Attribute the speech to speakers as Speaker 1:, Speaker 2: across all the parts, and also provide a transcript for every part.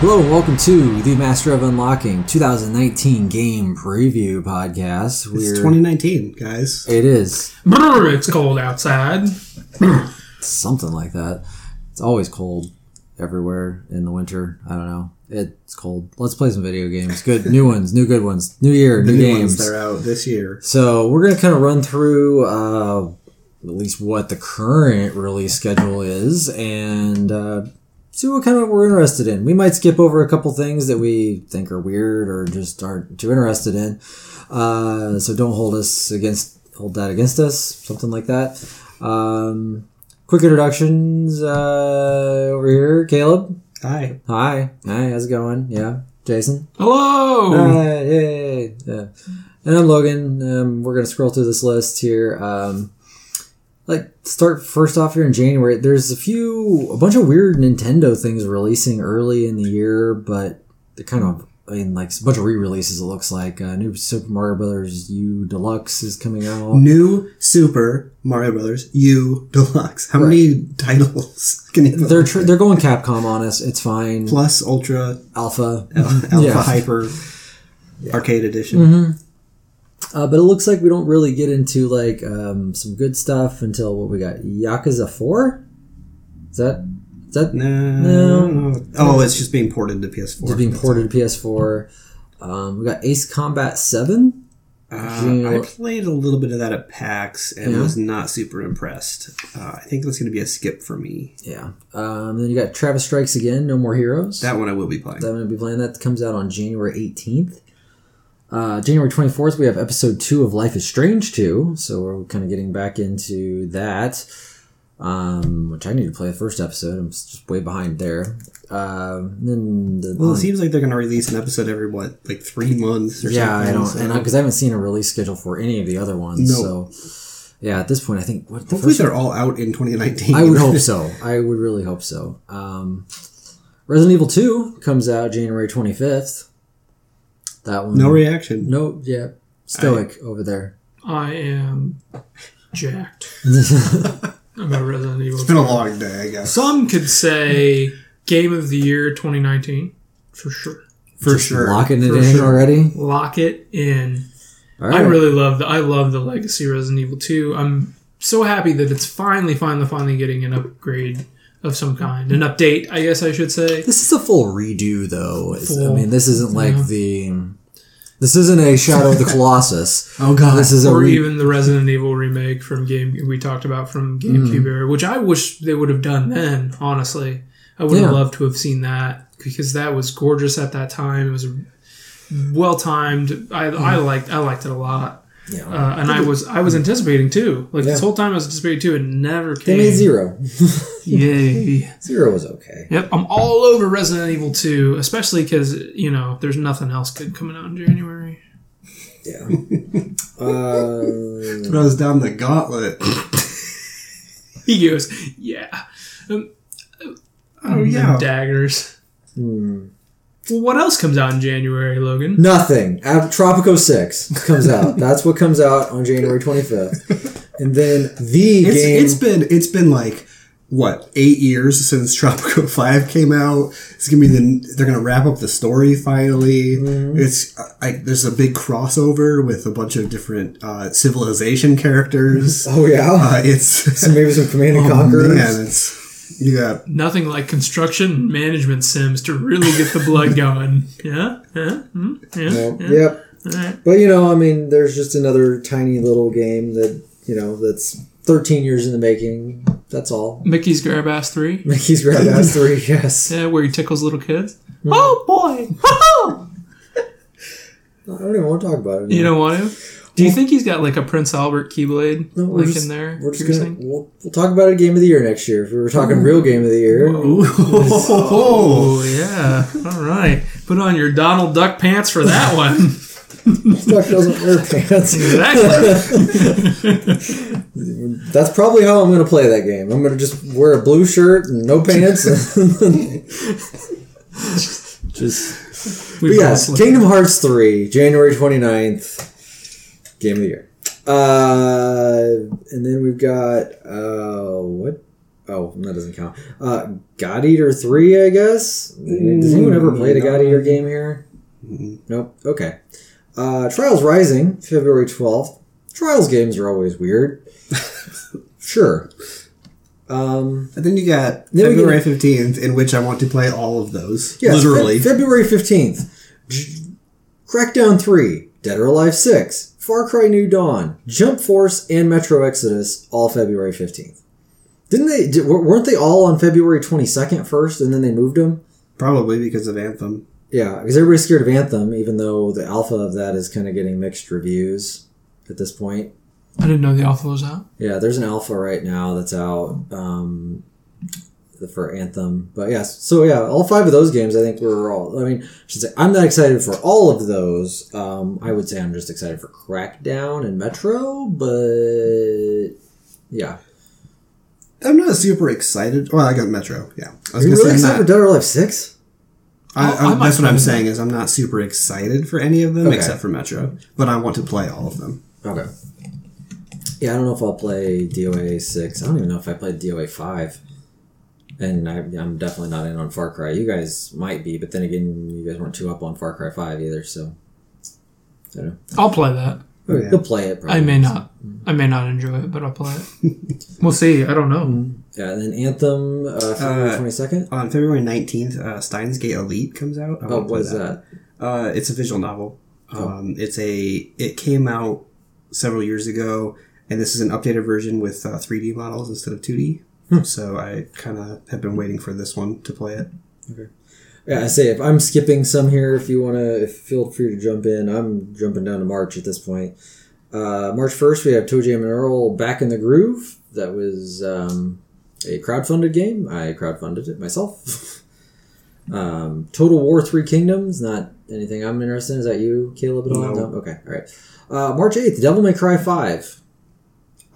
Speaker 1: and welcome to the Master of Unlocking 2019 Game Preview Podcast.
Speaker 2: It's 2019, guys.
Speaker 1: It is
Speaker 3: Brr, it's cold outside.
Speaker 1: something like that. It's always cold everywhere in the winter. I don't know. It's cold. Let's play some video games. Good new ones, new good ones, new year,
Speaker 2: The
Speaker 1: new,
Speaker 2: new
Speaker 1: games.
Speaker 2: ones that are out this year.
Speaker 1: So we're gonna kind of run through uh, at least what the current release schedule is, and uh, see what kind of we're interested in. We might skip over a couple things that we think are weird or just aren't too interested in. Uh, so don't hold us against hold that against us, something like that. Um, quick introductions uh, over here, Caleb.
Speaker 2: Hi.
Speaker 1: Hi, hi, how's it going? Yeah, Jason.
Speaker 3: Hello.
Speaker 1: Uh, yay. Yeah. And I'm Logan. Um, we're going to scroll through this list here. Um, like, start first off here in January. There's a few, a bunch of weird Nintendo things releasing early in the year, but they're kind of, I mean, like, a bunch of re releases, it looks like. Uh, new Super Mario Brothers U Deluxe is coming out.
Speaker 2: New Super Mario Brothers U Deluxe. How many titles can you put?
Speaker 1: They're, tr- they're going Capcom on us. It's fine.
Speaker 2: Plus Ultra uh,
Speaker 1: Alpha.
Speaker 2: Alpha
Speaker 1: Yeah. Mm-hmm.
Speaker 2: Hyper Arcade Edition.
Speaker 1: Uh, but it looks like we don't really get into like um, some good stuff until what we got Yakuza Four. Is that is that
Speaker 2: No. Oh, it's just being ported to PS4.
Speaker 1: just being ported to PS4? Um, we got Ace Combat Seven.
Speaker 2: Uh, I played a little bit of that at PAX and
Speaker 1: Yeah.
Speaker 2: was not super impressed. Uh, I think that's going to be a skip for me.
Speaker 1: Yeah. Um, then you got Travis Strikes Again. No More Heroes.
Speaker 2: That one I will be playing.
Speaker 1: that I'm going to be playing. That comes out on January 18th. Uh, January 24th, we have episode two of Life is Strange 2. So we're kind of getting back into that, um, which I need to play the first episode. I'm just way behind there. Um, then the,
Speaker 2: well,
Speaker 1: on-
Speaker 2: it seems like they're going to release an episode every, what, like three months or
Speaker 1: yeah, I
Speaker 2: something?
Speaker 1: don't,
Speaker 2: so-
Speaker 1: and because I haven't seen a release schedule for any of the other ones.
Speaker 2: No.
Speaker 1: So yeah, at this point, I think what the
Speaker 2: Hopefully
Speaker 1: first
Speaker 2: they're all out in 2019.
Speaker 1: I would hope so. I would really hope so. Um, Resident Evil 2 comes out January 25th. That one.
Speaker 2: No reaction.
Speaker 1: No, yeah, stoic over there.
Speaker 3: I am jacked. I'm a Resident Evil.
Speaker 2: It's been a long day, I guess.
Speaker 3: Some could say game of the year 2019 for sure.
Speaker 2: For
Speaker 1: Just
Speaker 2: sure.
Speaker 1: locking it
Speaker 3: For
Speaker 1: in
Speaker 3: sure.
Speaker 1: already.
Speaker 3: Lock it in.
Speaker 1: All right,
Speaker 3: I really love the I love the Legacy Resident Evil 2. I'm so happy that it's finally, finally, finally getting an upgrade of some kind, an update, I guess I should say.
Speaker 1: this is a full redo, though. It's- I
Speaker 3: Full.
Speaker 1: mean, this isn't like the. This isn't a Shadow of the Colossus.
Speaker 2: Oh, God.
Speaker 1: This is a
Speaker 3: or
Speaker 1: re-
Speaker 3: even the Resident Evil remake from game we talked about from GameCube
Speaker 1: Mm-hmm.
Speaker 3: era, which I wish they would have done then. Honestly, I would
Speaker 1: Yeah.
Speaker 3: have loved to have seen that because that was gorgeous at that time. It was well timed. I, I liked I liked it a lot,
Speaker 1: Mm-hmm. Yeah.
Speaker 3: uh, and I was I was anticipating too. Like this
Speaker 1: Yeah.
Speaker 3: whole time I was anticipating too. It never
Speaker 1: they
Speaker 3: came.
Speaker 1: made zero.
Speaker 3: Yay.
Speaker 1: Zero was okay.
Speaker 3: Yep, I'm all over Resident Evil 2, especially because you know there's nothing else good coming out in January.
Speaker 1: Yeah. uh,
Speaker 2: Throws down the gauntlet.
Speaker 3: He goes, yeah. Um,
Speaker 2: Oh,
Speaker 3: and
Speaker 2: yeah.
Speaker 3: daggers.
Speaker 1: Hmm.
Speaker 3: Well, what else comes out in January, Logan?
Speaker 1: nothing. Ab- Tropico Six comes out. That's what comes out on January 25th, and then the
Speaker 2: It's,
Speaker 1: game.
Speaker 2: it's been it's been like what eight years since Tropico Five came out. It's gonna be the they're gonna wrap up the story finally. It's uh, I, there's a big crossover with a bunch of different uh, civilization characters.
Speaker 1: oh yeah.
Speaker 2: Uh, it's
Speaker 1: So maybe some Command and
Speaker 2: oh,
Speaker 1: Conquer.
Speaker 2: man, it's you got
Speaker 3: Nothing like construction management sims to really get the blood going. Yeah, yeah, Hmm? yeah.
Speaker 1: Well,
Speaker 3: yeah.
Speaker 1: Yep.
Speaker 3: Alright.
Speaker 1: But you know, I mean, there's just another tiny little game that you know that's 13 years in the making. That's all.
Speaker 3: Mickey's Grab Ass Three.
Speaker 1: Mickey's Grab Ass Three. Yes.
Speaker 3: Yeah, where he tickles little kids. Oh boy!
Speaker 1: I don't even want to talk about it.
Speaker 3: you don't want to? Do you think he's got like a Prince Albert keyblade
Speaker 1: No, we're
Speaker 3: like
Speaker 1: just-
Speaker 3: in there?
Speaker 1: We're just
Speaker 3: piercing?
Speaker 1: gonna we'll, we'll talk about a game of the year next year if we were talking real game of the year.
Speaker 3: Oh yeah! All right, put on your Donald Duck pants for that one.
Speaker 1: Duck doesn't wear pants.
Speaker 3: exactly.
Speaker 1: That's probably how I'm gonna play that game. I'm gonna just wear a blue shirt and no pants. just
Speaker 3: We
Speaker 1: but
Speaker 3: both
Speaker 1: yes,
Speaker 3: look-
Speaker 1: Kingdom Hearts 3, January 29th, game of the year. Uh, and then we've got uh, what? Oh, that doesn't count. Uh, God Eater 3, I guess? Does anyone ever play the God Eater game here? Nope. Okay. Uh, Trials Rising, February 12th. Trials games are always weird. sure. Um,
Speaker 2: And then you got
Speaker 1: Then we get-
Speaker 2: February fifteenth, in which I want to play all of those.
Speaker 1: yes,
Speaker 2: literally.
Speaker 1: Fe- February 15th. J- Crackdown 3, Dead or Alive 6, Far Cry New Dawn, Jump Force, and Metro Exodus, all February 15th. Didn't they? Did, weren't they all on February 22nd first, and then they moved them?
Speaker 2: Probably because of Anthem.
Speaker 1: Yeah, because everybody's scared of Anthem, even though the alpha of that is kind of getting mixed reviews at this point.
Speaker 3: I didn't know the alpha was out.
Speaker 1: Yeah, there's an alpha right now that's out um, for Anthem. But yes, so yeah, all five of those games, I think we're all. I mean, I should say I'm not excited for all of those. Um, I would say I'm just excited for Crackdown and Metro, but yeah,
Speaker 2: I'm not super excited. Well, I got Metro. Yeah, I
Speaker 1: are
Speaker 2: was
Speaker 1: you
Speaker 2: gonna
Speaker 1: really excited
Speaker 2: say
Speaker 1: Oh,
Speaker 2: I'm
Speaker 1: for
Speaker 2: not.
Speaker 1: Dead or Alive Six?
Speaker 2: I,
Speaker 3: I- I
Speaker 2: I,
Speaker 3: might
Speaker 2: that's what
Speaker 3: play
Speaker 2: I'm
Speaker 3: them.
Speaker 2: saying is I'm not super excited for any of them
Speaker 1: Okay.
Speaker 2: except for Metro. But I want to play all of them.
Speaker 1: Okay. Yeah, I don't know if I'll play DOA six. I don't even know if I played DOA five. And I, I'm definitely not in on Far Cry. You guys might be, but then again, you guys weren't too up on Far Cry five either. So I don't know.
Speaker 3: I'll play that.
Speaker 1: Okay,
Speaker 2: Yeah.
Speaker 1: You'll play it. Probably.
Speaker 3: I may not. I may not enjoy it, but I'll play it. we'll see. I don't know.
Speaker 1: Yeah, and then Anthem uh, February
Speaker 2: Uh,
Speaker 1: twenty second.
Speaker 2: On February 19th, uh, Steins Gate Elite comes out. I
Speaker 1: Oh,
Speaker 2: wanna play
Speaker 1: what is that? Oh.
Speaker 2: Uh, it's a visual novel. Um, it's a. It came out several years ago, and this is an updated version with uh, 3D models instead of 2D.
Speaker 1: Hmm.
Speaker 2: So I kind of have been waiting for this one to play it.
Speaker 1: Yeah, I say if I'm skipping some here, if you wanna, if, feel free to jump in. I'm jumping down to March at this point. Uh, March first, we have Toe Jam and Earl back in the groove. That was um, a crowdfunded game. I crowdfunded it myself. um, Total War Three Kingdoms. Not anything I'm interested in. Is that you, Caleb? At all?
Speaker 2: No.
Speaker 1: Okay. All right. Uh, March eighth, Devil May Cry Five.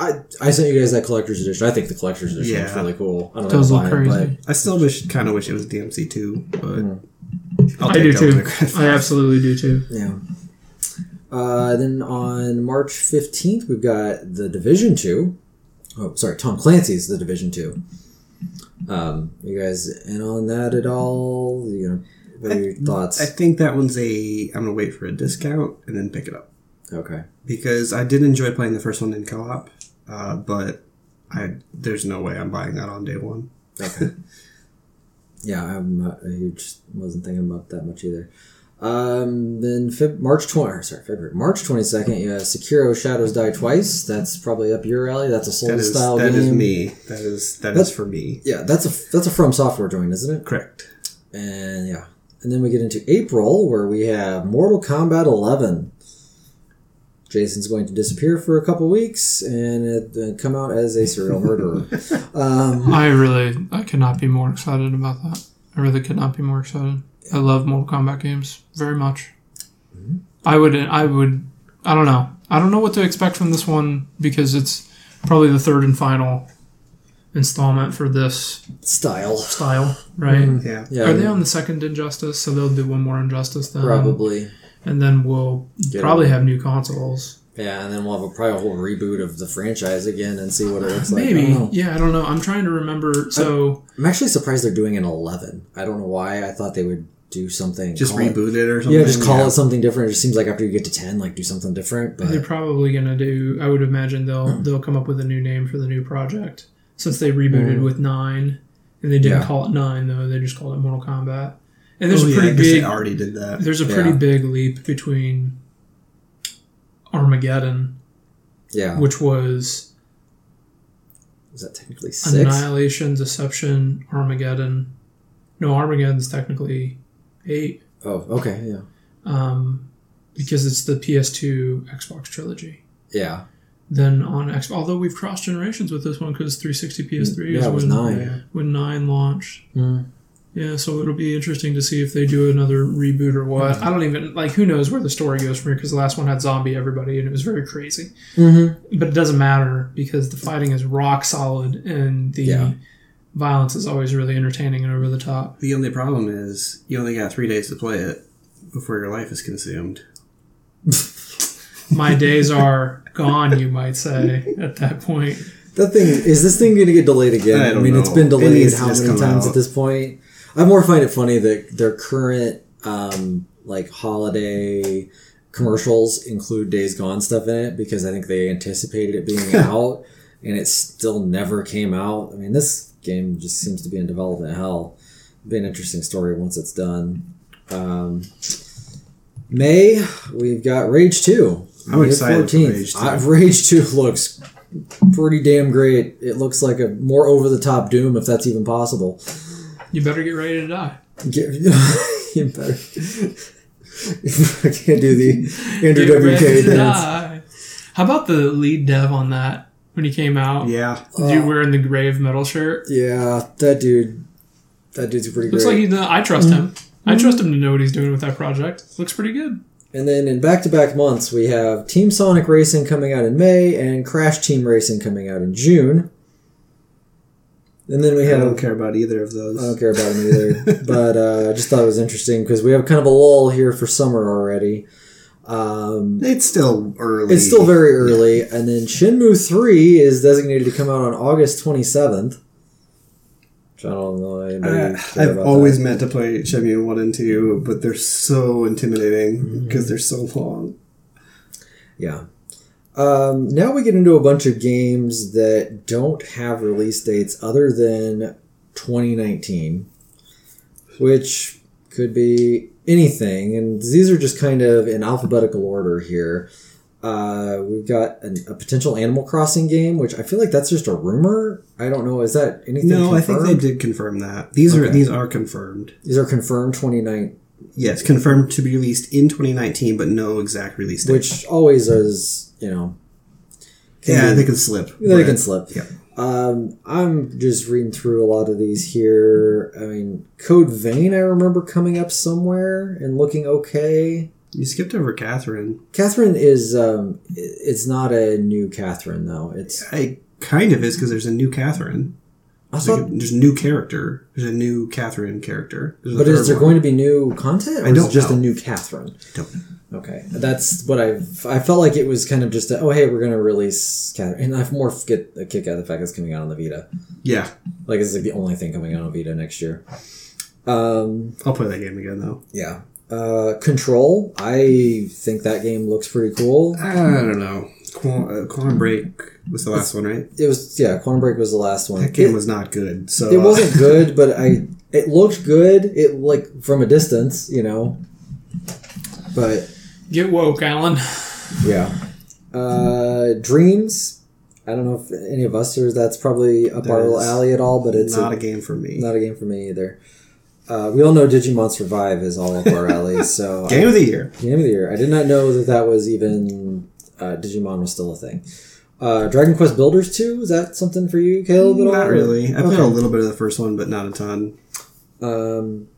Speaker 1: I, I sent you guys that collector's edition. I think the collector's edition is
Speaker 2: Yeah.
Speaker 1: really cool. I don't know
Speaker 3: Does
Speaker 1: if
Speaker 3: look
Speaker 1: I'll buy it, but-
Speaker 3: crazy.
Speaker 2: I still wish, kind of wish it was DMC two,
Speaker 1: Hmm.
Speaker 2: but I'll
Speaker 3: I do
Speaker 2: that with
Speaker 3: too.
Speaker 2: a grand
Speaker 3: I
Speaker 2: prize.
Speaker 3: absolutely do too.
Speaker 1: Yeah. Uh, then on March 15th, we've got The Division 2. Oh, sorry, Tom Clancy's The Division 2. Um, you guys in on that at all? You know, what are your thoughts?
Speaker 2: I think that one's a. I'm gonna wait for a discount and then pick it up
Speaker 1: okay.
Speaker 2: because I did enjoy playing the first one in co-op, uh, but I there's no way I'm buying that on day one.
Speaker 1: Okay. yeah, I'm not a huge, wasn't thinking about that much either. Um, then Feb- March 20, or sorry, February, March 22nd, yeah, Sekiro Shadows Die Twice. That's probably up your alley. That's a
Speaker 2: That
Speaker 1: Souls
Speaker 2: is
Speaker 1: style
Speaker 2: that
Speaker 1: game.
Speaker 2: is me. That is that is
Speaker 1: That's-
Speaker 2: for me.
Speaker 1: Yeah, that's a that's a From Software joint, isn't it?
Speaker 2: Correct.
Speaker 1: And yeah. And then we get into April where we have Mortal Kombat 11. Jason's going to disappear for a couple weeks and it, uh, come out as a serial murderer. um,
Speaker 3: I really, I could not be more excited about that. I really could not be more excited. I love Mortal Kombat games very much.
Speaker 1: Mm-hmm.
Speaker 3: I would, I would, I don't know. I don't know what to expect from this one because it's probably the third and final installment for this
Speaker 1: style.
Speaker 3: style, right?
Speaker 2: Yeah.
Speaker 1: Mm. Yeah.
Speaker 3: Are they on um, the second Injustice? So they'll do one more Injustice then,
Speaker 1: Probably.
Speaker 3: and then we'll
Speaker 1: Get
Speaker 3: probably
Speaker 1: it.
Speaker 3: have new consoles.
Speaker 1: Yeah, and then we'll have a, probably a whole reboot of the franchise again and see what it looks like. I
Speaker 3: Maybe,
Speaker 1: don't know.
Speaker 3: yeah. I don't know. I'm trying to remember. So
Speaker 1: I'm actually surprised they're doing an 11. I don't know why. I thought they would do something.
Speaker 2: Just
Speaker 1: call it-
Speaker 2: reboot it or something.
Speaker 1: Yeah, just call it something different. It just seems like after you get to 10, like do something different. But
Speaker 3: They're probably gonna do. I would imagine they'll
Speaker 1: Hmm.
Speaker 3: they'll come up with a new name for the new project since they rebooted with nine, and they didn't
Speaker 1: Hmm. Yeah.
Speaker 3: call it nine though. They just called it Mortal Kombat. And there's
Speaker 2: Oh,
Speaker 3: a
Speaker 2: yeah,
Speaker 3: pretty
Speaker 2: I guess
Speaker 3: big
Speaker 2: They already did that.
Speaker 3: there's a pretty
Speaker 1: Yeah.
Speaker 3: big leap between Armageddon,
Speaker 1: yeah.
Speaker 3: which was
Speaker 1: Is that technically 6?
Speaker 3: Annihilation, Deception, Armageddon. No, Armageddon's technically eight
Speaker 1: Oh, okay. Yeah.
Speaker 3: um, because it's the PS2 Xbox trilogy.
Speaker 1: Yeah.
Speaker 3: than on Xbox. Although we've crossed generations with this one because 360 PS3 is
Speaker 1: Yeah, it was
Speaker 3: when,
Speaker 1: nine.
Speaker 3: when nine launched.
Speaker 1: Mm.
Speaker 3: Yeah, so it'll be interesting to see if they do another reboot or what. I don't even like who knows where the story goes from here because the last one had zombie everybody and it was very crazy.
Speaker 1: Mm-hmm.
Speaker 3: But it doesn't matter because the fighting is rock solid and the
Speaker 1: Yeah.
Speaker 3: violence is always really entertaining and over the top.
Speaker 2: The only problem is you only got three days to play it before your life is consumed.
Speaker 3: My days are gone, you might say, at that point.
Speaker 1: That thing is this thing going to get delayed again?
Speaker 2: I don't
Speaker 1: mean,
Speaker 2: know.
Speaker 1: it's been
Speaker 2: It
Speaker 1: delayed
Speaker 2: needs to
Speaker 1: how
Speaker 2: just
Speaker 1: many
Speaker 2: come
Speaker 1: times at
Speaker 2: out.
Speaker 1: this point? I more find it funny that their current um, like holiday commercials include Days Gone stuff in it because I think they anticipated it being out and it still never came out. I mean, this game just seems to be in development hell. Be an interesting story once it's done. Um, May we've got Rage Two.
Speaker 2: I'm
Speaker 1: May
Speaker 2: excited for
Speaker 1: 14th.
Speaker 2: Rage 2.
Speaker 1: I- Rage Two looks pretty damn great. It looks like a more over the top Doom, if that's even possible.
Speaker 3: You better get ready to die.
Speaker 1: Get- you better. I can't do the Andrew
Speaker 3: Get
Speaker 1: WK
Speaker 3: ready to
Speaker 1: dance.
Speaker 3: die. How about the lead dev on that when he came out?
Speaker 2: Yeah.
Speaker 1: Uh,
Speaker 3: You wearing the grave metal shirt?
Speaker 1: Yeah, that dude. That dude's pretty
Speaker 3: Looks
Speaker 1: great. Mm-hmm.
Speaker 3: like he's. Uh, I trust him. I trust him to know what he's doing with that project. Looks pretty good.
Speaker 1: and then in back to back months, we have Team Sonic Racing coming out in May and Crash Team Racing coming out in June. And then we
Speaker 2: I
Speaker 1: have
Speaker 2: don't care about either of
Speaker 1: I don't
Speaker 2: those.
Speaker 1: care about him either. but uh, I just thought it was interesting because we have kind of a lull here for summer already. Um,
Speaker 2: It's still early.
Speaker 1: it's still very early. And then Shenmue 3 is designated to come out on August 27th. Which I don't know. anybody
Speaker 2: Uh,
Speaker 1: cares
Speaker 2: I've
Speaker 1: about
Speaker 2: always
Speaker 1: that.
Speaker 2: meant to play Shenmue 1 and 2, but they're so
Speaker 1: Mm-hmm.
Speaker 2: intimidating because they're so long.
Speaker 1: Yeah. Um, now we get into a bunch of games that don't have release dates other than 2019, which could be anything. And these are just kind of in alphabetical order here. Uh, we've got an, a potential Animal Crossing game, which I feel like that's just a rumor. I don't know. Is that anything?
Speaker 2: No, I think
Speaker 1: confirmed?
Speaker 2: they did confirm that. These are
Speaker 1: Okay.
Speaker 2: these are confirmed.
Speaker 1: These are confirmed 2019,
Speaker 2: Yes, confirmed to be released in 2019, but no exact release date.
Speaker 1: which always is, you know,
Speaker 2: yeah,
Speaker 1: be-
Speaker 2: they can slip.
Speaker 1: they
Speaker 2: but-
Speaker 1: can slip.
Speaker 2: Yeah.
Speaker 1: Um, I'm just reading through a lot of these here. I mean, Code Vein, I remember coming up somewhere and looking okay.
Speaker 2: You skipped over Catherine.
Speaker 1: Catherine is, um, i- it's not a new Catherine though. It's
Speaker 2: I kind of is because there's a new Catherine.
Speaker 1: I
Speaker 2: There's, like
Speaker 1: thought,
Speaker 2: a, there's a new character. There's a new Catherine character. There's a
Speaker 1: but
Speaker 2: third
Speaker 1: is there
Speaker 2: one.
Speaker 1: going to be new content, or
Speaker 2: I
Speaker 1: is
Speaker 2: don't
Speaker 1: it just a
Speaker 2: know.
Speaker 1: new Catherine?
Speaker 2: Don't know.
Speaker 1: Okay, that's what I I felt like it was kind of just a, oh hey we're gonna release Catherine, and I more get a kick out of the fact it's coming out on the Vita.
Speaker 2: Yeah,
Speaker 1: Like it's like the only thing coming out on Vita next year. Um,
Speaker 2: I'll play that game again though.
Speaker 1: Yeah. Uh, Control. I think that game looks pretty cool.
Speaker 2: I don't know. Quantum, uh, Quantum Break was the last one, right?
Speaker 1: It was yeah. Quantum Break was the last one.
Speaker 2: That game
Speaker 1: it,
Speaker 2: was not good. So
Speaker 1: it
Speaker 2: uh,
Speaker 1: wasn't good, but I it looked good. It like from a distance, you know. But
Speaker 3: Get woke, Alan.
Speaker 1: yeah. Uh, Dreams. I don't know if any of us are. That's probably up our
Speaker 2: That
Speaker 1: little
Speaker 2: is
Speaker 1: alley at all, but it's
Speaker 2: not
Speaker 1: a-
Speaker 2: a game for me.
Speaker 1: not a game for me either. Uh, we all know Digimon Survive is all up our alley, so
Speaker 2: Game of the year.
Speaker 1: Game of the year. I did not know that that was even uh, Digimon was still a thing. Uh, Dragon Quest Builders two is that something for you, Caleb? At all?
Speaker 2: Not really. I played
Speaker 1: Okay.
Speaker 2: a little bit of the first one, but not a ton.
Speaker 1: Um,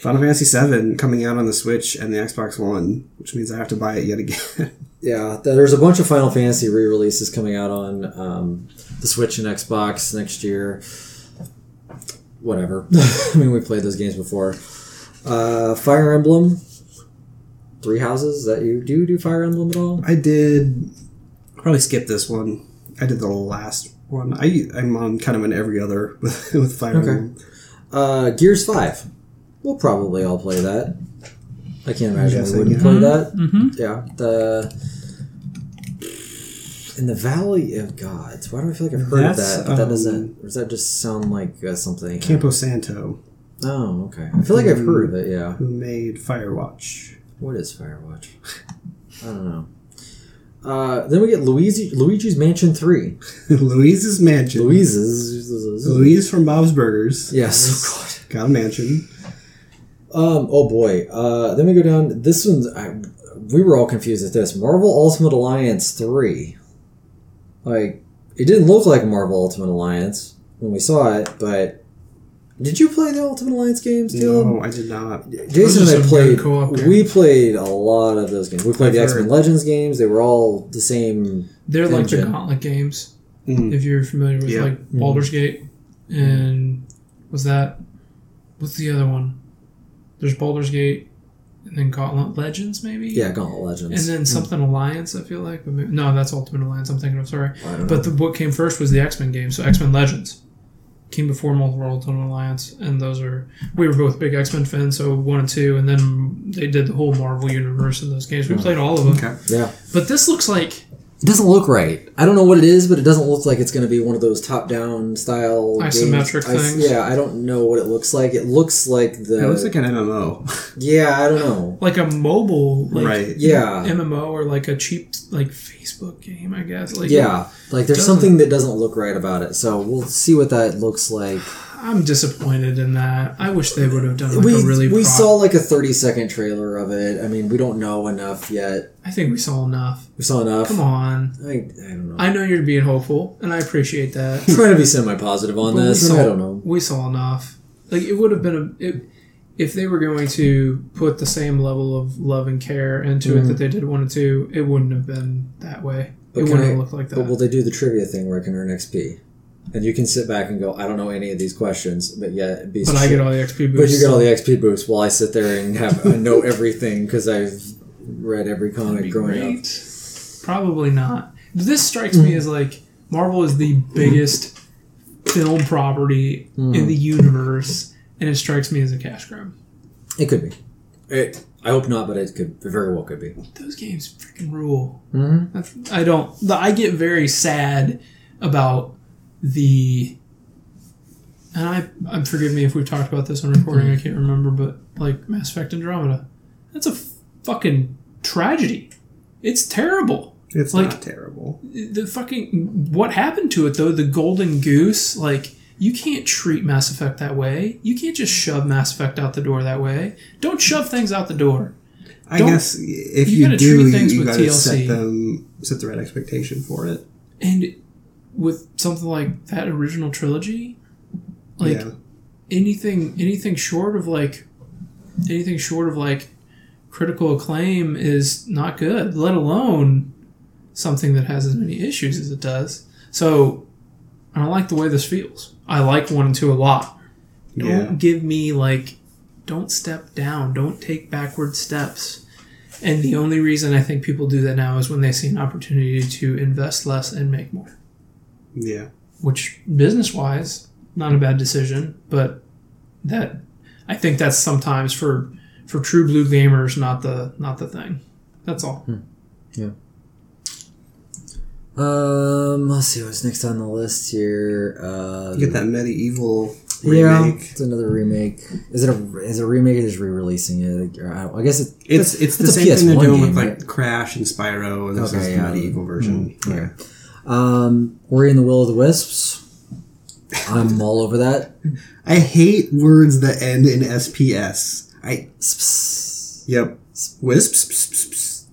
Speaker 2: Final Fantasy VII coming out on the Switch and the Xbox One, which means I have to buy it yet again.
Speaker 1: yeah, th- there's a bunch of Final Fantasy re-releases coming out on um, the Switch and Xbox next year. Whatever. I mean, we played those games before. Uh, Fire Emblem, Three Houses. Is that you do you do Fire Emblem at all?
Speaker 2: I did probably skip this one. I did the last one. I I'm on kind of an every other with, with Fire
Speaker 1: Okay.
Speaker 2: Emblem.
Speaker 1: Uh, Gears Five. We'll probably all play that. I can't imagine we
Speaker 2: guessing,
Speaker 1: wouldn't
Speaker 2: yeah.
Speaker 1: play that.
Speaker 3: Mm-hmm.
Speaker 1: yeah the in the valley of gods why do i feel like i've heard of
Speaker 2: That's,
Speaker 1: that but that
Speaker 2: um,
Speaker 1: doesn't or does that just sound like uh, something
Speaker 2: Campo Santo,
Speaker 1: oh okay i feel like i've heard of it yeah
Speaker 2: who made Firewatch.
Speaker 1: what is firewatch i don't know uh, then we get Luigi, Luigi's Mansion 3.
Speaker 2: Louise's Mansion.
Speaker 1: Louise's.
Speaker 2: Louise from Bob's Burgers.
Speaker 1: Yes.
Speaker 2: Got a mansion.
Speaker 1: Oh, God. Um, oh, boy. Uh, then we go down. This one's. I, we were all confused at this. Marvel Ultimate Alliance 3. Like, it didn't look like Marvel Ultimate Alliance when we saw it, but did you play the Ultimate Alliance games, Caleb?
Speaker 2: No, I did not.
Speaker 1: Jason
Speaker 3: Those are
Speaker 1: and I
Speaker 3: some
Speaker 1: played.
Speaker 3: good co-op games.
Speaker 1: We played a lot of those games. We played the
Speaker 2: I've
Speaker 1: X Men
Speaker 2: heard.
Speaker 1: Legends games. They were all the same.
Speaker 3: They're like the
Speaker 1: Engine.
Speaker 3: Gauntlet games.
Speaker 2: Mm.
Speaker 3: If you're familiar with
Speaker 2: Yeah.
Speaker 3: like Baldur's Gate, and was that what's the other one? There's Baldur's Gate, and then Gauntlet Legends maybe.
Speaker 1: Yeah, Gauntlet Legends.
Speaker 3: And then something Alliance, I feel like. But maybe, no, that's Ultimate Alliance. I'm thinking of. Sorry,
Speaker 1: I don't know.
Speaker 3: but the, what came first was the X Men game. So X Men Legends came before Multiple Ultimate Alliance, and those are we were both big X Men fans. So one and two, and then they did the whole Marvel universe in those games. We
Speaker 1: Oh,
Speaker 3: played all of them.
Speaker 2: Okay.
Speaker 1: yeah.
Speaker 3: But this looks like
Speaker 1: It doesn't look right. I don't know what it is, but it doesn't look like it's going to be one of those top-down style games.
Speaker 3: Isometric
Speaker 1: I s-
Speaker 3: things.
Speaker 1: yeah, I don't know what it looks like. It looks like the.
Speaker 2: It looks like an MMO.
Speaker 1: yeah, I don't know.
Speaker 3: like a mobile like
Speaker 2: right.
Speaker 1: Yeah,
Speaker 3: MMO or like a cheap like Facebook game, I guess. Like
Speaker 1: yeah. Like there's
Speaker 3: Doesn't-
Speaker 1: something that doesn't look right about it. So we'll see what that looks like.
Speaker 3: I'm disappointed in that. I wish they would have done like
Speaker 1: we
Speaker 3: a really.
Speaker 1: we
Speaker 3: prop-
Speaker 1: saw like a 30 second trailer of it. I mean, we don't know enough yet.
Speaker 3: I think we saw enough.
Speaker 1: We saw enough.
Speaker 3: Come on.
Speaker 1: I, I don't know. I'm
Speaker 3: I know you're being hopeful, and I appreciate that.
Speaker 1: trying to be semi-positive on
Speaker 3: But we
Speaker 1: this.
Speaker 3: saw-
Speaker 1: I don't know.
Speaker 3: We saw enough. Like it would have been a it, if they were going to put the same level of love and care into
Speaker 1: Mm-hmm.
Speaker 3: it that they did one and two. It wouldn't have been that way.
Speaker 1: But
Speaker 3: it
Speaker 1: can
Speaker 3: wouldn't
Speaker 1: I-
Speaker 3: have looked like that.
Speaker 1: But will they do the trivia thing where I can earn XP? And you can sit back and go, I don't know any of these questions, but yeah, be
Speaker 3: but I get all the XP
Speaker 1: But you
Speaker 3: boosts.
Speaker 1: get all the XP boosts while I sit there and have I know everything because I've read every comic
Speaker 3: Be
Speaker 1: growing up. Mm.
Speaker 3: great. Probably not. This strikes me as like Marvel is the biggest film property in
Speaker 1: Mm.
Speaker 3: the universe, and it strikes me as a cash grab.
Speaker 1: It could be. It, I hope not, but it could it very well could be.
Speaker 3: Those games freaking rule. That's- I don't. the- I get very sad about the. And I, I forgive me if we've talked about this on recording. I can't remember, but like Mass Effect Andromeda, that's a fucking tragedy. It's terrible.
Speaker 2: It's
Speaker 3: Like-
Speaker 2: not terrible.
Speaker 3: the fucking what happened to it though the golden goose like you can't treat mass effect that way you can't just shove mass effect out the door that way don't shove things out the door
Speaker 2: I
Speaker 3: Don't-
Speaker 2: guess if
Speaker 3: you
Speaker 2: you,
Speaker 3: gotta
Speaker 2: do,
Speaker 3: treat
Speaker 2: you,
Speaker 3: things
Speaker 2: you
Speaker 3: with
Speaker 2: gotta
Speaker 3: TLC.
Speaker 2: set them set the right expectation for it.
Speaker 3: and with something like that original trilogy like
Speaker 2: yeah.
Speaker 3: anything anything short of like anything short of like critical acclaim is not good let alone something that has as many issues as it does so i don't like the way this feels i like one and two a lot don't
Speaker 2: Yeah.
Speaker 3: give me like don't step down don't take backward steps and the only reason i think people do that now is when they see an opportunity to invest less and make more
Speaker 2: Yeah.
Speaker 3: which business wise, not a bad decision, but that I think that's sometimes for for true blue gamers not the not the thing. That's all.
Speaker 1: Um, let's see what's next on the list here. Uh,
Speaker 2: You get that medieval
Speaker 1: yeah,
Speaker 2: remake.
Speaker 1: it's another remake. Is it a is it a remake or just re-releasing it? Or I, don't- I guess it,
Speaker 2: It's it's the
Speaker 1: a
Speaker 2: same thing they're
Speaker 1: PS1
Speaker 2: doing with
Speaker 1: game,
Speaker 2: like
Speaker 1: right?
Speaker 2: Crash and Spyro. This
Speaker 1: Okay,
Speaker 2: is the
Speaker 1: yeah.
Speaker 2: medieval version. Yeah.
Speaker 1: Um, Ori and the Will of the Wisps. I'm all over that.
Speaker 2: I hate words that end in SPS. I yep. Wisps. Ps, ps, ps,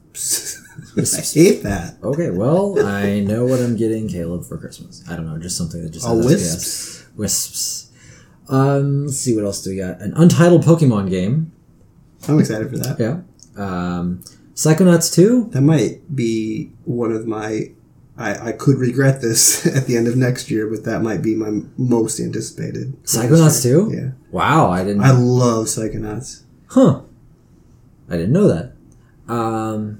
Speaker 2: ps. I hate that.
Speaker 1: Okay, well, I know what I'm getting Caleb for Christmas. I don't know, just something that just
Speaker 2: Oh,
Speaker 1: has
Speaker 2: wisps.
Speaker 1: FPS. Wisps. Um, let's see what else do we got? An untitled Pokemon game.
Speaker 2: I'm excited for that.
Speaker 1: Yeah. Um, Psychonauts 2.
Speaker 2: That might be one of my. I, I could regret this at the end of next year, but that might be my most anticipated. for this
Speaker 1: Psychonauts
Speaker 2: year.
Speaker 1: 2?
Speaker 2: Yeah.
Speaker 1: Wow, I didn't.
Speaker 2: I love Psychonauts.
Speaker 1: huh. I didn't know that. Um,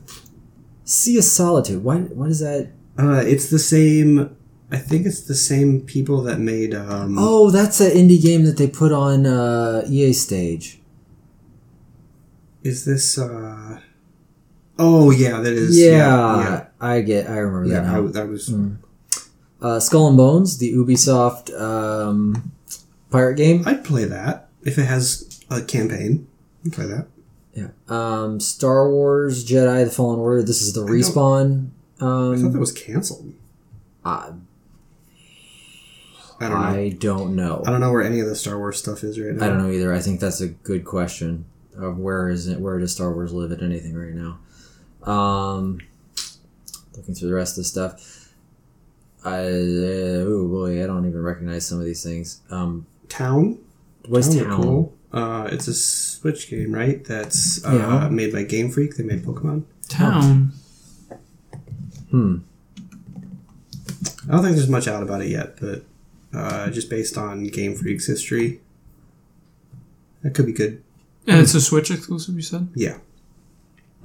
Speaker 1: Sea of Solitude. Why, what is that?
Speaker 2: Uh, it's the same. I think it's the same people that made. Um,
Speaker 1: Oh, that's an indie game that they put on uh, EA Stage.
Speaker 2: Is this? uh Oh yeah, that is.
Speaker 1: yeah,
Speaker 2: yeah,
Speaker 1: I get. I remember
Speaker 2: yeah.
Speaker 1: that. now.
Speaker 2: I, that was.
Speaker 1: uh, Skull and Bones, the Ubisoft um, pirate game.
Speaker 2: I'd play that if it has a campaign. I'd play that.
Speaker 1: Yeah. Um, Star Wars Jedi: The Fallen Order. This is the respawn.
Speaker 2: I thought
Speaker 1: Um,
Speaker 2: that was canceled.
Speaker 1: I,
Speaker 2: I don't know.
Speaker 1: I don't know.
Speaker 2: I don't know where any of the Star Wars stuff is right now.
Speaker 1: I don't know either. I think that's a good question of where is it? Where does Star Wars live at anything right now? Um, looking through the rest of the stuff. I uh, oh boy, I don't even recognize some of these things. Um,
Speaker 2: Town.
Speaker 1: was
Speaker 2: Town
Speaker 1: Town?
Speaker 2: looked Oh, cool. Uh, it's a Switch game, right? That's uh,
Speaker 1: Yeah.
Speaker 2: made by Game Freak. They made Pokemon.
Speaker 3: Town.
Speaker 1: Hmm.
Speaker 2: I don't think there's much out about it yet, but uh, just based on Game Freak's history, that could be good.
Speaker 3: And it's a Switch exclusive, you said?
Speaker 2: Yeah.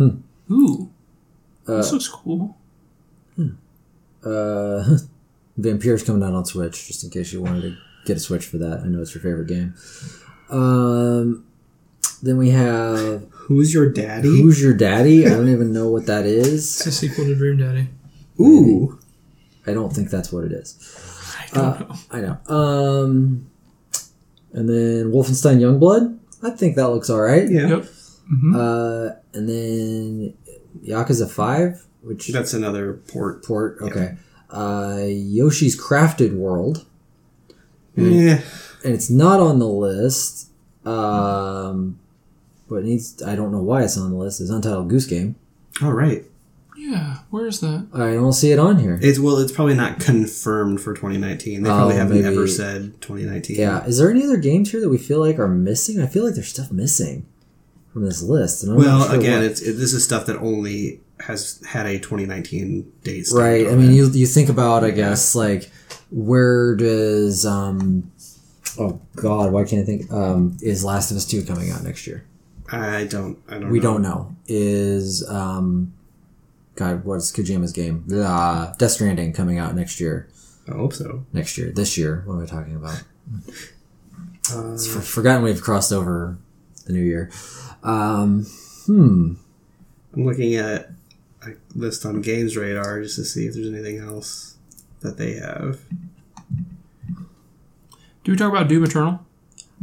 Speaker 3: Ooh. this
Speaker 1: Uh,
Speaker 3: looks cool.
Speaker 1: uh, Vampire's coming out on Switch, just in case you wanted to get a Switch for that. I know it's your favorite game. Um, then we have
Speaker 2: Who's your daddy?
Speaker 1: Who's Your Daddy? I don't even know what that
Speaker 3: It's
Speaker 1: is.
Speaker 3: a sequel to Dream Daddy.
Speaker 2: Ooh.
Speaker 1: I don't think that's what it is.
Speaker 3: I don't know.
Speaker 1: I know. Um, and then Wolfenstein Youngblood. I think that looks all right.
Speaker 2: Yeah.
Speaker 3: Yep. hmm
Speaker 1: Uh, and then Yakuza 5, which
Speaker 2: That's another port.
Speaker 1: port. Okay. Uh, Yoshi's Crafted World, Hmm.
Speaker 2: Yeah.
Speaker 1: and it's not on the list. Um, but it needs. I don't know why it's on the list. It's Untitled Goose Game.
Speaker 2: All right.
Speaker 3: yeah. Where is that?
Speaker 1: I don't see it on here.
Speaker 2: It's well. It's probably not confirmed for 2019. They probably
Speaker 1: Oh,
Speaker 2: haven't
Speaker 1: maybe-
Speaker 2: ever said 2019.
Speaker 1: Yeah. Is there any other games here that we feel like are missing? I feel like there's stuff missing from this list. And I'm
Speaker 2: Well,
Speaker 1: not sure
Speaker 2: again,
Speaker 1: what.
Speaker 2: it's it, this is stuff that only has had a 2019 date. stamped
Speaker 1: right. I
Speaker 2: on
Speaker 1: mean,
Speaker 2: it.
Speaker 1: you you think about, I guess, like where does um. Oh God! Why can't I think? Um, is Last of Us Two coming out next year?
Speaker 2: I don't. I don't.
Speaker 1: we
Speaker 2: know.
Speaker 1: don't know is um god what's kojima's game uh, death stranding coming out next year
Speaker 2: I hope so.
Speaker 1: next year this year what am i talking about it's for, forgotten we've crossed over the new year um hmm
Speaker 2: I'm looking at a list on Games Radar just to see if there's anything else that they have.
Speaker 3: Do we talk about Doom Eternal?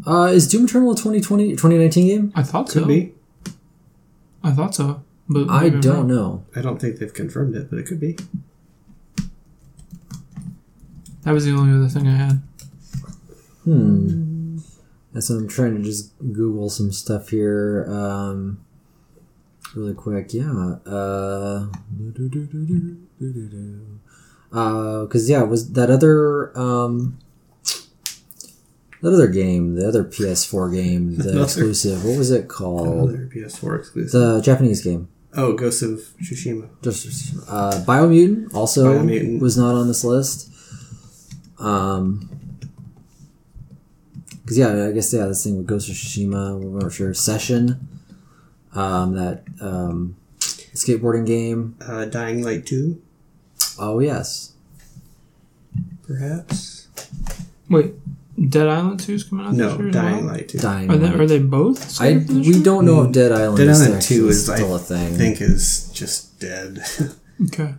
Speaker 1: uh is doom eternal a 2020 2019 game
Speaker 3: I thought
Speaker 2: Could
Speaker 3: so.
Speaker 2: be.
Speaker 3: I thought so. But
Speaker 1: i
Speaker 3: maybe I'm
Speaker 1: don't
Speaker 3: wrong.
Speaker 1: know
Speaker 2: I don't think they've confirmed it, but it could be.
Speaker 3: That was the only other thing I had.
Speaker 1: hmm that's what i'm trying to just google some stuff here um really quick yeah uh because uh, yeah, it was that other um, that other game, the other PS4 game, the
Speaker 2: Another-
Speaker 1: exclusive. What was it called?
Speaker 2: Another PS4 exclusive.
Speaker 1: The Japanese game,
Speaker 2: Oh, Ghost of Tsushima.
Speaker 1: just uh, Biomutant, also
Speaker 2: Biomutant.
Speaker 1: was not on this list. Um, because yeah, I guess yeah, this thing with Ghost of Tsushima, we weren't sure. Session, um, that um, skateboarding game.
Speaker 2: Uh, Dying Light 2,
Speaker 1: Oh yes,
Speaker 2: perhaps?
Speaker 3: Wait. Dead Island 2 is coming out this
Speaker 2: No,
Speaker 3: year? as
Speaker 2: Dying
Speaker 3: well?
Speaker 2: Light 2.
Speaker 1: dying.
Speaker 3: Are
Speaker 1: Light.
Speaker 3: they, are they both?
Speaker 1: I
Speaker 3: slated for this
Speaker 1: we
Speaker 3: year?
Speaker 1: don't know if Dead Island.
Speaker 2: Hmm. Dead
Speaker 1: is
Speaker 2: Island
Speaker 1: actually
Speaker 2: 2 is,
Speaker 1: still
Speaker 2: I
Speaker 1: a thing.
Speaker 2: think is just dead.
Speaker 3: Okay.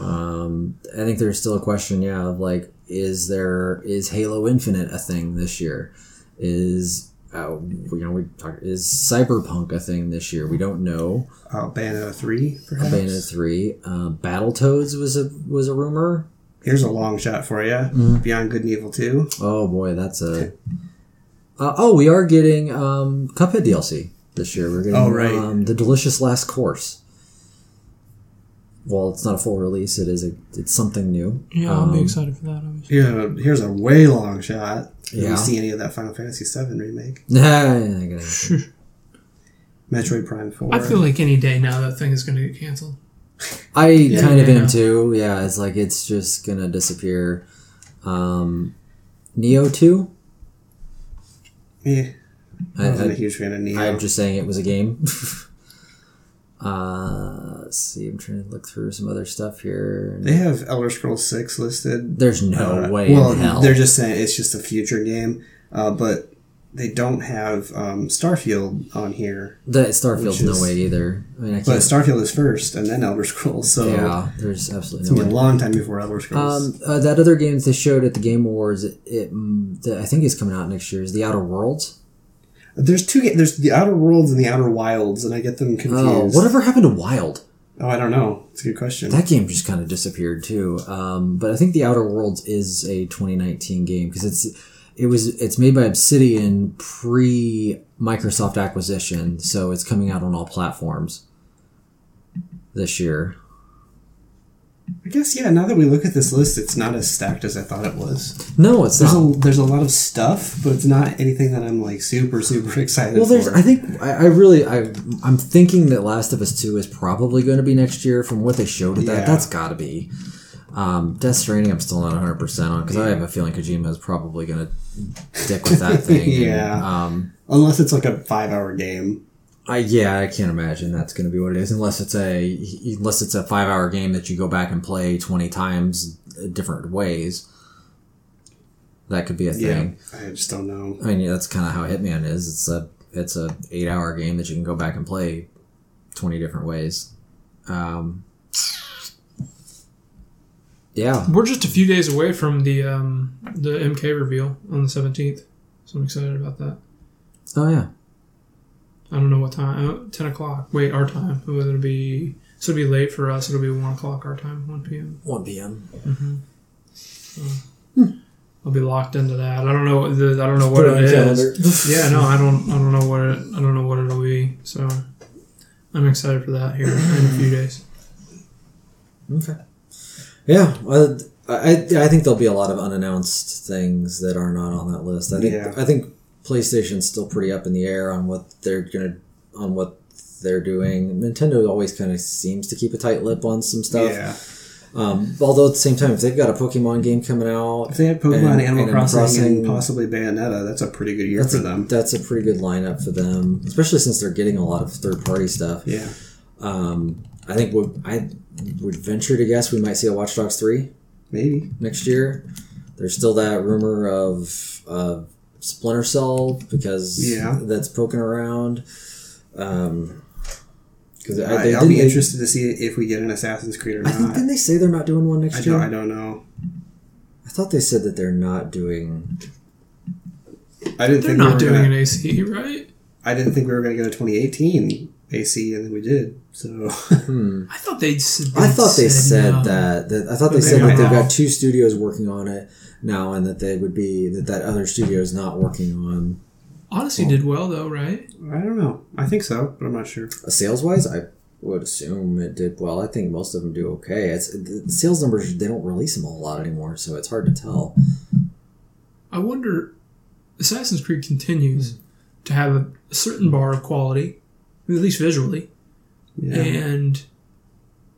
Speaker 1: um, I think there's still a question. Yeah, of like, is there is Halo Infinite a thing this year? Is uh, you know we talk, is Cyberpunk a thing this year? We don't know.
Speaker 2: Albano 3, perhaps?
Speaker 1: Bayonetta three, uh, Battletoads was a was a rumor.
Speaker 2: Here's a long shot for you.
Speaker 3: Mm.
Speaker 2: Beyond Good and Evil 2.
Speaker 1: Oh boy, that's a. Uh, oh, we are getting um, Cuphead DLC this year. We're getting
Speaker 2: Oh, right.
Speaker 1: um, the Delicious Last Course. Well, it's not a full release. It is a. It's something new.
Speaker 3: Yeah, I'll be
Speaker 1: Um,
Speaker 3: excited for that, obviously.
Speaker 2: Here's a, here's a way long shot. Did
Speaker 1: Yeah.
Speaker 2: we see any of that Final Fantasy 7 remake?
Speaker 1: Nah, I gotta-
Speaker 2: Metroid Prime 4.
Speaker 3: I feel like any day now that thing is going to get canceled.
Speaker 1: I kind of
Speaker 3: yeah,
Speaker 1: am
Speaker 3: yeah.
Speaker 1: too. Yeah, it's like it's just gonna disappear. Um, Neo two.
Speaker 2: Eh, I
Speaker 1: I,
Speaker 2: wasn't a
Speaker 1: I,
Speaker 2: huge fan of Neo.
Speaker 1: I'm just saying it was a game. uh, let's see, I'm trying to look through some other stuff here.
Speaker 2: they have Elder Scrolls 6 listed.
Speaker 1: There's no
Speaker 2: Uh,
Speaker 1: way
Speaker 2: Well,
Speaker 1: in hell.
Speaker 2: they're just saying it's just a future game, uh, but they don't have um, Starfield on here.
Speaker 1: That Starfield's
Speaker 2: Which
Speaker 1: no
Speaker 2: is-
Speaker 1: way either. I mean, I can't.
Speaker 2: But Starfield is first, and then Elder Scrolls. So
Speaker 1: yeah, there's
Speaker 2: it's gonna
Speaker 1: absolutely
Speaker 2: be
Speaker 1: no
Speaker 2: a
Speaker 1: way.
Speaker 2: long time before Elder Scrolls.
Speaker 1: Um, uh, that other game they showed at the Game Awards, it, it mm, that I think is coming out next year. Is The Outer Worlds?
Speaker 2: Uh, there's two. Ga- there's the Outer Worlds and the Outer Wilds, and I get them confused.
Speaker 1: Oh,
Speaker 2: Oh,
Speaker 1: whatever happened to Wild?
Speaker 2: I don't know. It's a good question.
Speaker 1: That game just kind of disappeared too. Um, but I think The Outer Worlds is a 2019 game because it's it was it's made by Obsidian pre Microsoft acquisition, so it's coming out on all platforms this year.
Speaker 2: I guess yeah. Now that we look at this list, it's not as stacked as I thought it was.
Speaker 1: No, it's
Speaker 2: There's
Speaker 1: not.
Speaker 2: a there's a lot of stuff, but it's not anything that I'm like super super excited
Speaker 1: Well, there's.
Speaker 2: for.
Speaker 1: I think I, I really I I'm thinking that Last of Us Two is probably going to be next year. From what they showed at that,
Speaker 2: Yeah.
Speaker 1: that's got to be. Um, Death Stranding, I'm still not 100 percent on because I have a feeling Kojima is probably going to dick with that thing. and,
Speaker 2: Yeah.
Speaker 1: um,
Speaker 2: Unless it's like a five hour game.
Speaker 1: I yeah, I can't imagine that's going to be what it is unless it's a unless it's a five hour game that you go back and play 20 times uh, different ways. That could be a
Speaker 2: Yeah.
Speaker 1: thing.
Speaker 2: I just don't know.
Speaker 1: I mean, yeah, that's kind of how Hitman is. It's a it's a eight hour game that you can go back and play twenty different ways. Um, yeah,
Speaker 3: We're just a few days away from the um, the MK reveal on the seventeenth, so I'm excited about that.
Speaker 1: oh yeah,
Speaker 3: I don't know what time. Uh, Ten o'clock. Wait, our time. Well, It'll be so it'll be late for us. It'll be one o'clock our time, one p.m.
Speaker 1: one p.m.
Speaker 3: I'll be locked into that. I don't know. what The, I don't know what it is. yeah, no, I don't. I don't know what it. I don't know what it'll be. So I'm excited for that here in a few days.
Speaker 1: Okay. Yeah, well, I I think there'll be a lot of unannounced things that are not on that list. I think
Speaker 2: Yeah.
Speaker 1: I think PlayStation's still pretty up in the air on what they're gonna on what they're doing. Nintendo always kind of seems to keep a tight lip on some stuff.
Speaker 2: Yeah.
Speaker 1: Um, although at the same time, if they've got a Pokemon game coming out,
Speaker 2: If they had Pokemon,
Speaker 1: And-
Speaker 2: Animal
Speaker 1: and
Speaker 2: Crossing,
Speaker 1: Crossing-
Speaker 2: and possibly Bayonetta, that's a pretty good year
Speaker 1: that's
Speaker 2: for
Speaker 1: a,
Speaker 2: them.
Speaker 1: that's a pretty good lineup for them, especially since they're getting a lot of third party stuff.
Speaker 2: yeah.
Speaker 1: Um, I think would I would venture to guess we might see a Watch Dogs three.
Speaker 2: Maybe.
Speaker 1: next year. There's still that rumor of uh, Splinter Cell because
Speaker 2: Yeah.
Speaker 1: that's poking around. Um, because I,
Speaker 2: I,
Speaker 1: they,
Speaker 2: I'll
Speaker 1: didn't,
Speaker 2: be
Speaker 1: they,
Speaker 2: interested to see if we get an Assassin's Creed or
Speaker 1: I think
Speaker 2: not.
Speaker 1: didn't they say they're not doing one next
Speaker 2: I
Speaker 1: year?
Speaker 2: don't, I don't know.
Speaker 1: I thought they said that they're not doing.
Speaker 2: I didn't
Speaker 3: They're
Speaker 2: think we were
Speaker 3: not doing
Speaker 2: gonna,
Speaker 3: an AC, right?
Speaker 2: I didn't think we were going to get a 2018 AC, and then we did. So
Speaker 1: Hmm.
Speaker 3: I thought they.
Speaker 1: I thought they said
Speaker 3: no.
Speaker 1: that, that. I thought
Speaker 3: But
Speaker 1: they said
Speaker 3: maybe
Speaker 1: that
Speaker 3: I
Speaker 1: they've
Speaker 3: have.
Speaker 1: got two studios working on it now, and that they would be that that other studio is not working on
Speaker 3: Odyssey did well though, right?
Speaker 2: I don't know. I think so, but I'm not sure.
Speaker 1: sales wise, I would assume it did well. I think most of them do okay. It's the sales numbers; they don't release them a whole lot anymore, so it's hard to tell.
Speaker 3: I wonder. Assassin's Creed
Speaker 2: Hmm.
Speaker 3: continues to have a, a certain bar of quality, at least visually,
Speaker 2: Yeah.
Speaker 3: and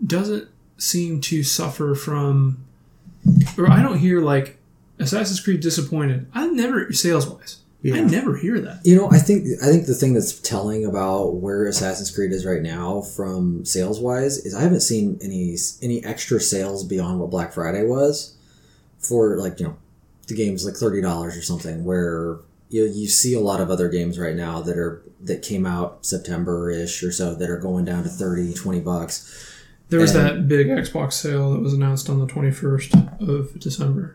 Speaker 3: doesn't seem to suffer from. Or I don't hear like Assassin's Creed disappointed. I never sales wise. I
Speaker 2: Yeah.
Speaker 3: never hear that.
Speaker 1: You know, I think I think the thing that's telling about where Assassin's Creed is right now from sales wise is I haven't seen any any extra sales beyond what Black Friday was for like you know the game's like thirty dollars or something. Where you you see a lot of other games right now that are that came out September ish or so that are going down to 30, 20 bucks.
Speaker 3: There was
Speaker 1: And-
Speaker 3: that big Xbox sale that was announced on the twenty first of December.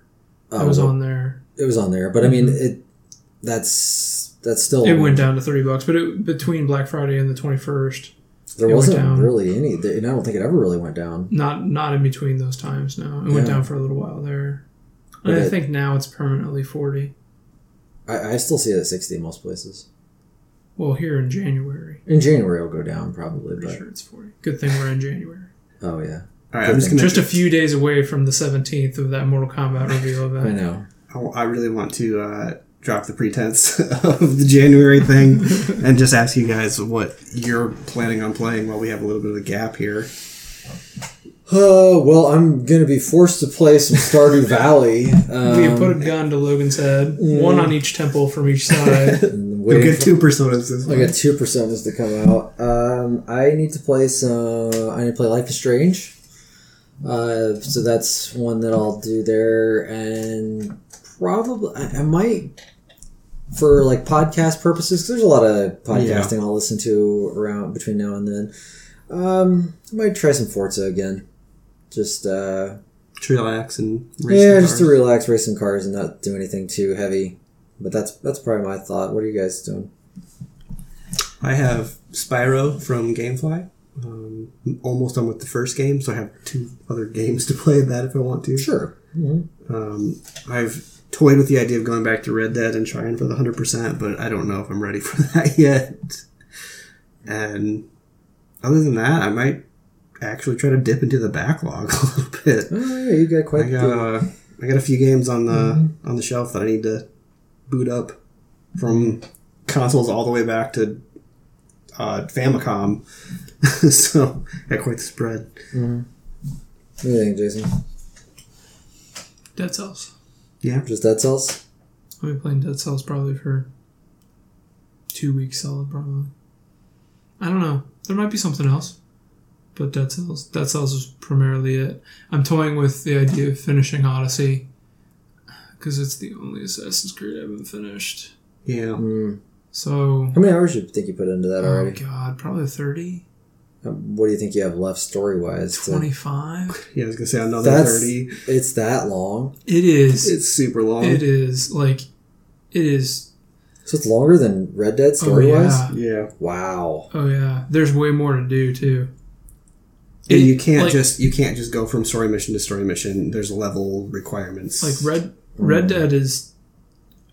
Speaker 3: That was
Speaker 1: Uh,
Speaker 2: Oh.
Speaker 3: on there.
Speaker 1: it was on there, but I mean it. That's that's still
Speaker 3: Mm-hmm.
Speaker 2: Oh.
Speaker 3: It went down to thirty bucks, but it, between Black Friday and the twenty first,
Speaker 1: There
Speaker 3: it went
Speaker 1: wasn't
Speaker 3: down.
Speaker 1: really any, and I don't think it ever really went down.
Speaker 3: not not in between those times. No, it went
Speaker 1: Yeah.
Speaker 3: down for a little while there. And
Speaker 1: But
Speaker 3: I
Speaker 1: it-
Speaker 3: think now it's permanently forty.
Speaker 1: I, I still see it at sixty in most places.
Speaker 3: Well, here in January,
Speaker 1: In January, it'll go down probably,
Speaker 3: pretty
Speaker 1: but
Speaker 3: sure it's forty. Good thing we're in January.
Speaker 1: oh yeah,
Speaker 2: All right, I'm just going
Speaker 3: Just a
Speaker 2: to.
Speaker 3: few days away from the seventeenth of that Mortal Kombat reveal
Speaker 1: I
Speaker 3: event.
Speaker 1: know.
Speaker 2: I really want to uh, drop the pretense of the January thing and just ask you guys what you're planning on playing while we have a little bit of a gap here.
Speaker 1: Uh, well, I'm gonna be forced to play some Stardew Valley. Um, mm.
Speaker 3: we put a gun to Logan's head, one on each temple from each side.
Speaker 1: and
Speaker 2: You'll
Speaker 1: waiting
Speaker 2: get
Speaker 1: for-
Speaker 2: two personas this
Speaker 1: I
Speaker 2: week.
Speaker 1: got two personas to come out. Um, I need to play some. I need to play Life is Strange. Uh, so that's one that I'll do there, and probably I, I might for like podcast purposes. 'cause there's a lot of podcasting I'll listen to around between now and then. Um, I might try some Forza again. Just uh,
Speaker 2: To relax and race
Speaker 1: yeah,
Speaker 2: some
Speaker 1: just to
Speaker 2: cars.
Speaker 1: relax, race some cars, and not do anything too heavy. But that's that's probably my thought. What are you guys doing?
Speaker 2: I have Spyro from GameFly. Um, I'm almost done with the first game, so I have two other games to play that if I want to.
Speaker 1: Sure.
Speaker 2: Um, I've toyed with the idea of going back to Red Dead and trying for the 100%, but I don't know if I'm ready for that yet. And other than that, I might actually try to dip into the backlog a little bit.
Speaker 1: Oh, yeah, you got quite.
Speaker 2: I
Speaker 1: the-
Speaker 2: got uh, I got a few games on the on the shelf that I need to boot up from consoles all the way back to uh, Famicom. so got quite the spread.
Speaker 1: What do you think, Jason?
Speaker 3: Dead Cells.
Speaker 2: Yeah.
Speaker 1: Just Dead Cells.
Speaker 3: I've been playing Dead Cells probably for two weeks solid, probably. I don't know. There might be something else, but Dead Cells. Dead Cells is primarily it. I'm toying with the idea of finishing Odyssey because it's the only Assassin's Creed I haven't finished.
Speaker 2: Yeah.
Speaker 1: Mm.
Speaker 3: So,
Speaker 1: How many hours do you think you put into that
Speaker 3: oh
Speaker 1: already?
Speaker 3: god, probably 30,
Speaker 1: Um, What do you think you have left story wise?
Speaker 3: 25.
Speaker 2: Yeah, I was going to say another
Speaker 1: That's-
Speaker 2: 30.
Speaker 1: It's that long,
Speaker 3: It is.
Speaker 2: It's super long.
Speaker 3: It is like it is.
Speaker 1: so it's longer than Red Dead
Speaker 3: Oh
Speaker 1: story wise.
Speaker 3: yeah.
Speaker 2: Yeah.
Speaker 1: Wow.
Speaker 3: Oh yeah. There's way more to do too.
Speaker 2: And
Speaker 3: It-
Speaker 2: you can't
Speaker 3: like-
Speaker 2: just you can't just go from story mission to story mission. There's level requirements.
Speaker 3: like Red Red Dead is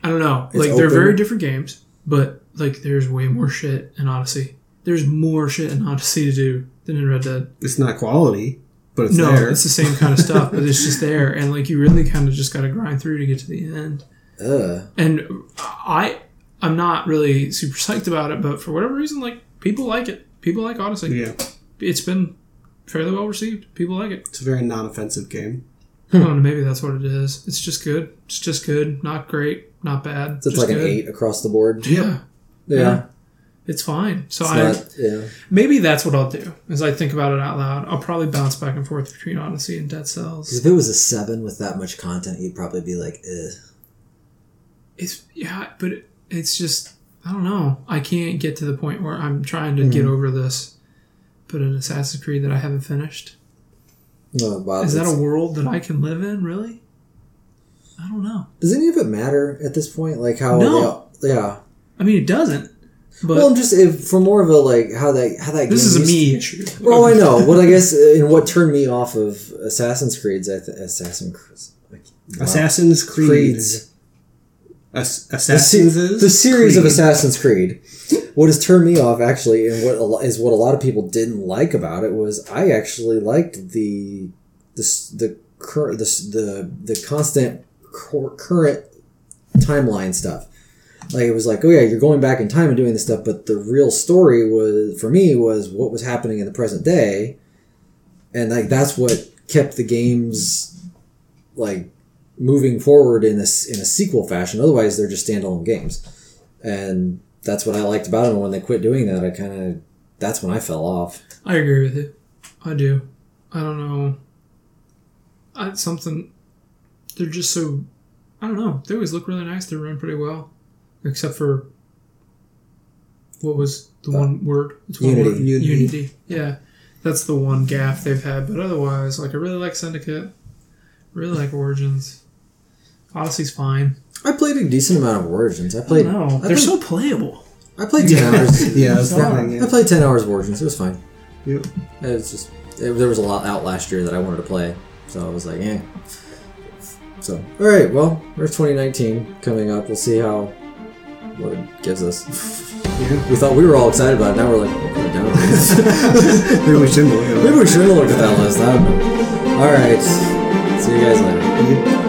Speaker 3: I don't know.
Speaker 1: Hmm. It's
Speaker 3: like they're
Speaker 1: open.
Speaker 3: very different games, but like there's way more shit in Odyssey. There's more shit in Odyssey to do than in Red Dead.
Speaker 2: it's not quality, but it's
Speaker 3: no,
Speaker 2: there.
Speaker 3: it's the same kind of stuff, but it's just there and like you really kind of just got to grind through to get to the end.
Speaker 1: Ugh.
Speaker 3: And I I'm not really super psyched about it, but for whatever reason like people like it. People like Odyssey.
Speaker 2: yeah.
Speaker 3: It's been fairly well received. People like it.
Speaker 2: It's a very non-offensive game.
Speaker 1: Hmm.
Speaker 3: I don't know, maybe that's what it is. It's just good. It's just good, not great, not bad.
Speaker 1: So it's
Speaker 3: just
Speaker 1: like an
Speaker 3: good.
Speaker 1: eight across the board.
Speaker 3: Yeah.
Speaker 1: Yeah.
Speaker 3: It's fine. So
Speaker 1: It's
Speaker 3: I
Speaker 1: not. Yeah.
Speaker 3: maybe that's what I'll do. As I think about it out loud, I'll probably bounce back and forth between Odyssey and Dead
Speaker 1: 'Cause
Speaker 3: Cells.
Speaker 1: if it was a seven with that much content, you'd probably be like, Ugh.
Speaker 3: It's yeah, but it, it's just I don't know. I can't get to the point where I'm trying to
Speaker 1: Mm-hmm.
Speaker 3: get over this. But an Assassin's Creed that I haven't finished
Speaker 1: No, Bob,
Speaker 3: is that a
Speaker 1: it's-
Speaker 3: world that I can live in? Really? I don't know.
Speaker 1: does any of it matter at this point? Like how?
Speaker 3: No.
Speaker 1: they all- yeah.
Speaker 3: I mean, it doesn't. But
Speaker 1: well, I'm just if, for more of a like how that how that.
Speaker 3: this
Speaker 1: game
Speaker 3: is
Speaker 1: used to-
Speaker 3: a me issue.
Speaker 1: Well, I know. What I guess and what turned me off of Assassin's Creed's I th- Assassin Creed's
Speaker 2: Assassin's Creed.
Speaker 1: Creed's
Speaker 2: Ass-
Speaker 1: the, se-
Speaker 2: Assassin's
Speaker 1: the series of
Speaker 2: Creed.
Speaker 1: Assassin's Creed. What has turned me off actually, and what a lo- is what a lot of people didn't like about it was I actually liked the the s- the cur- the s- the, the constant cor- current timeline stuff. Like it was like, oh yeah, you're going back in time and doing this stuff, but the real story was for me was what was happening in the present day, and like that's what kept the games like moving forward in this in a sequel fashion. Otherwise, they're just standalone games, and that's what I liked about them. When they quit doing that, I kind of that's when I fell off.
Speaker 3: I agree with you. I do. I don't know. I something. They're just so. I don't know. They always look really nice. They run pretty well, except for. What was the one word? It's one
Speaker 1: Unity.
Speaker 3: word.
Speaker 2: Unity.
Speaker 3: Unity. Yeah, that's the one gaff they've had. But otherwise, like I really like Syndicate. Really like Origins. Odyssey's fine.
Speaker 1: I played a decent amount of Origins. I
Speaker 3: I
Speaker 1: played.
Speaker 3: don't know. They're
Speaker 1: played,
Speaker 3: so playable.
Speaker 1: I played ten hours.
Speaker 2: Yeah, that's the thing,
Speaker 1: I
Speaker 2: yeah.
Speaker 1: played ten hours of Origins. It was fine.
Speaker 2: Yep.
Speaker 1: It was just it, there was a lot out last year that I wanted to play, so I was like, eh. So all right, well, there's 2019 coming up. We'll see how what it gives us.
Speaker 2: Yeah.
Speaker 1: We thought we were all excited about it. Now we're like, okay, down. on this.
Speaker 2: Really similar.
Speaker 1: Maybe we should have looked at that list. I don't know. All right. See you guys later.
Speaker 2: Yeah.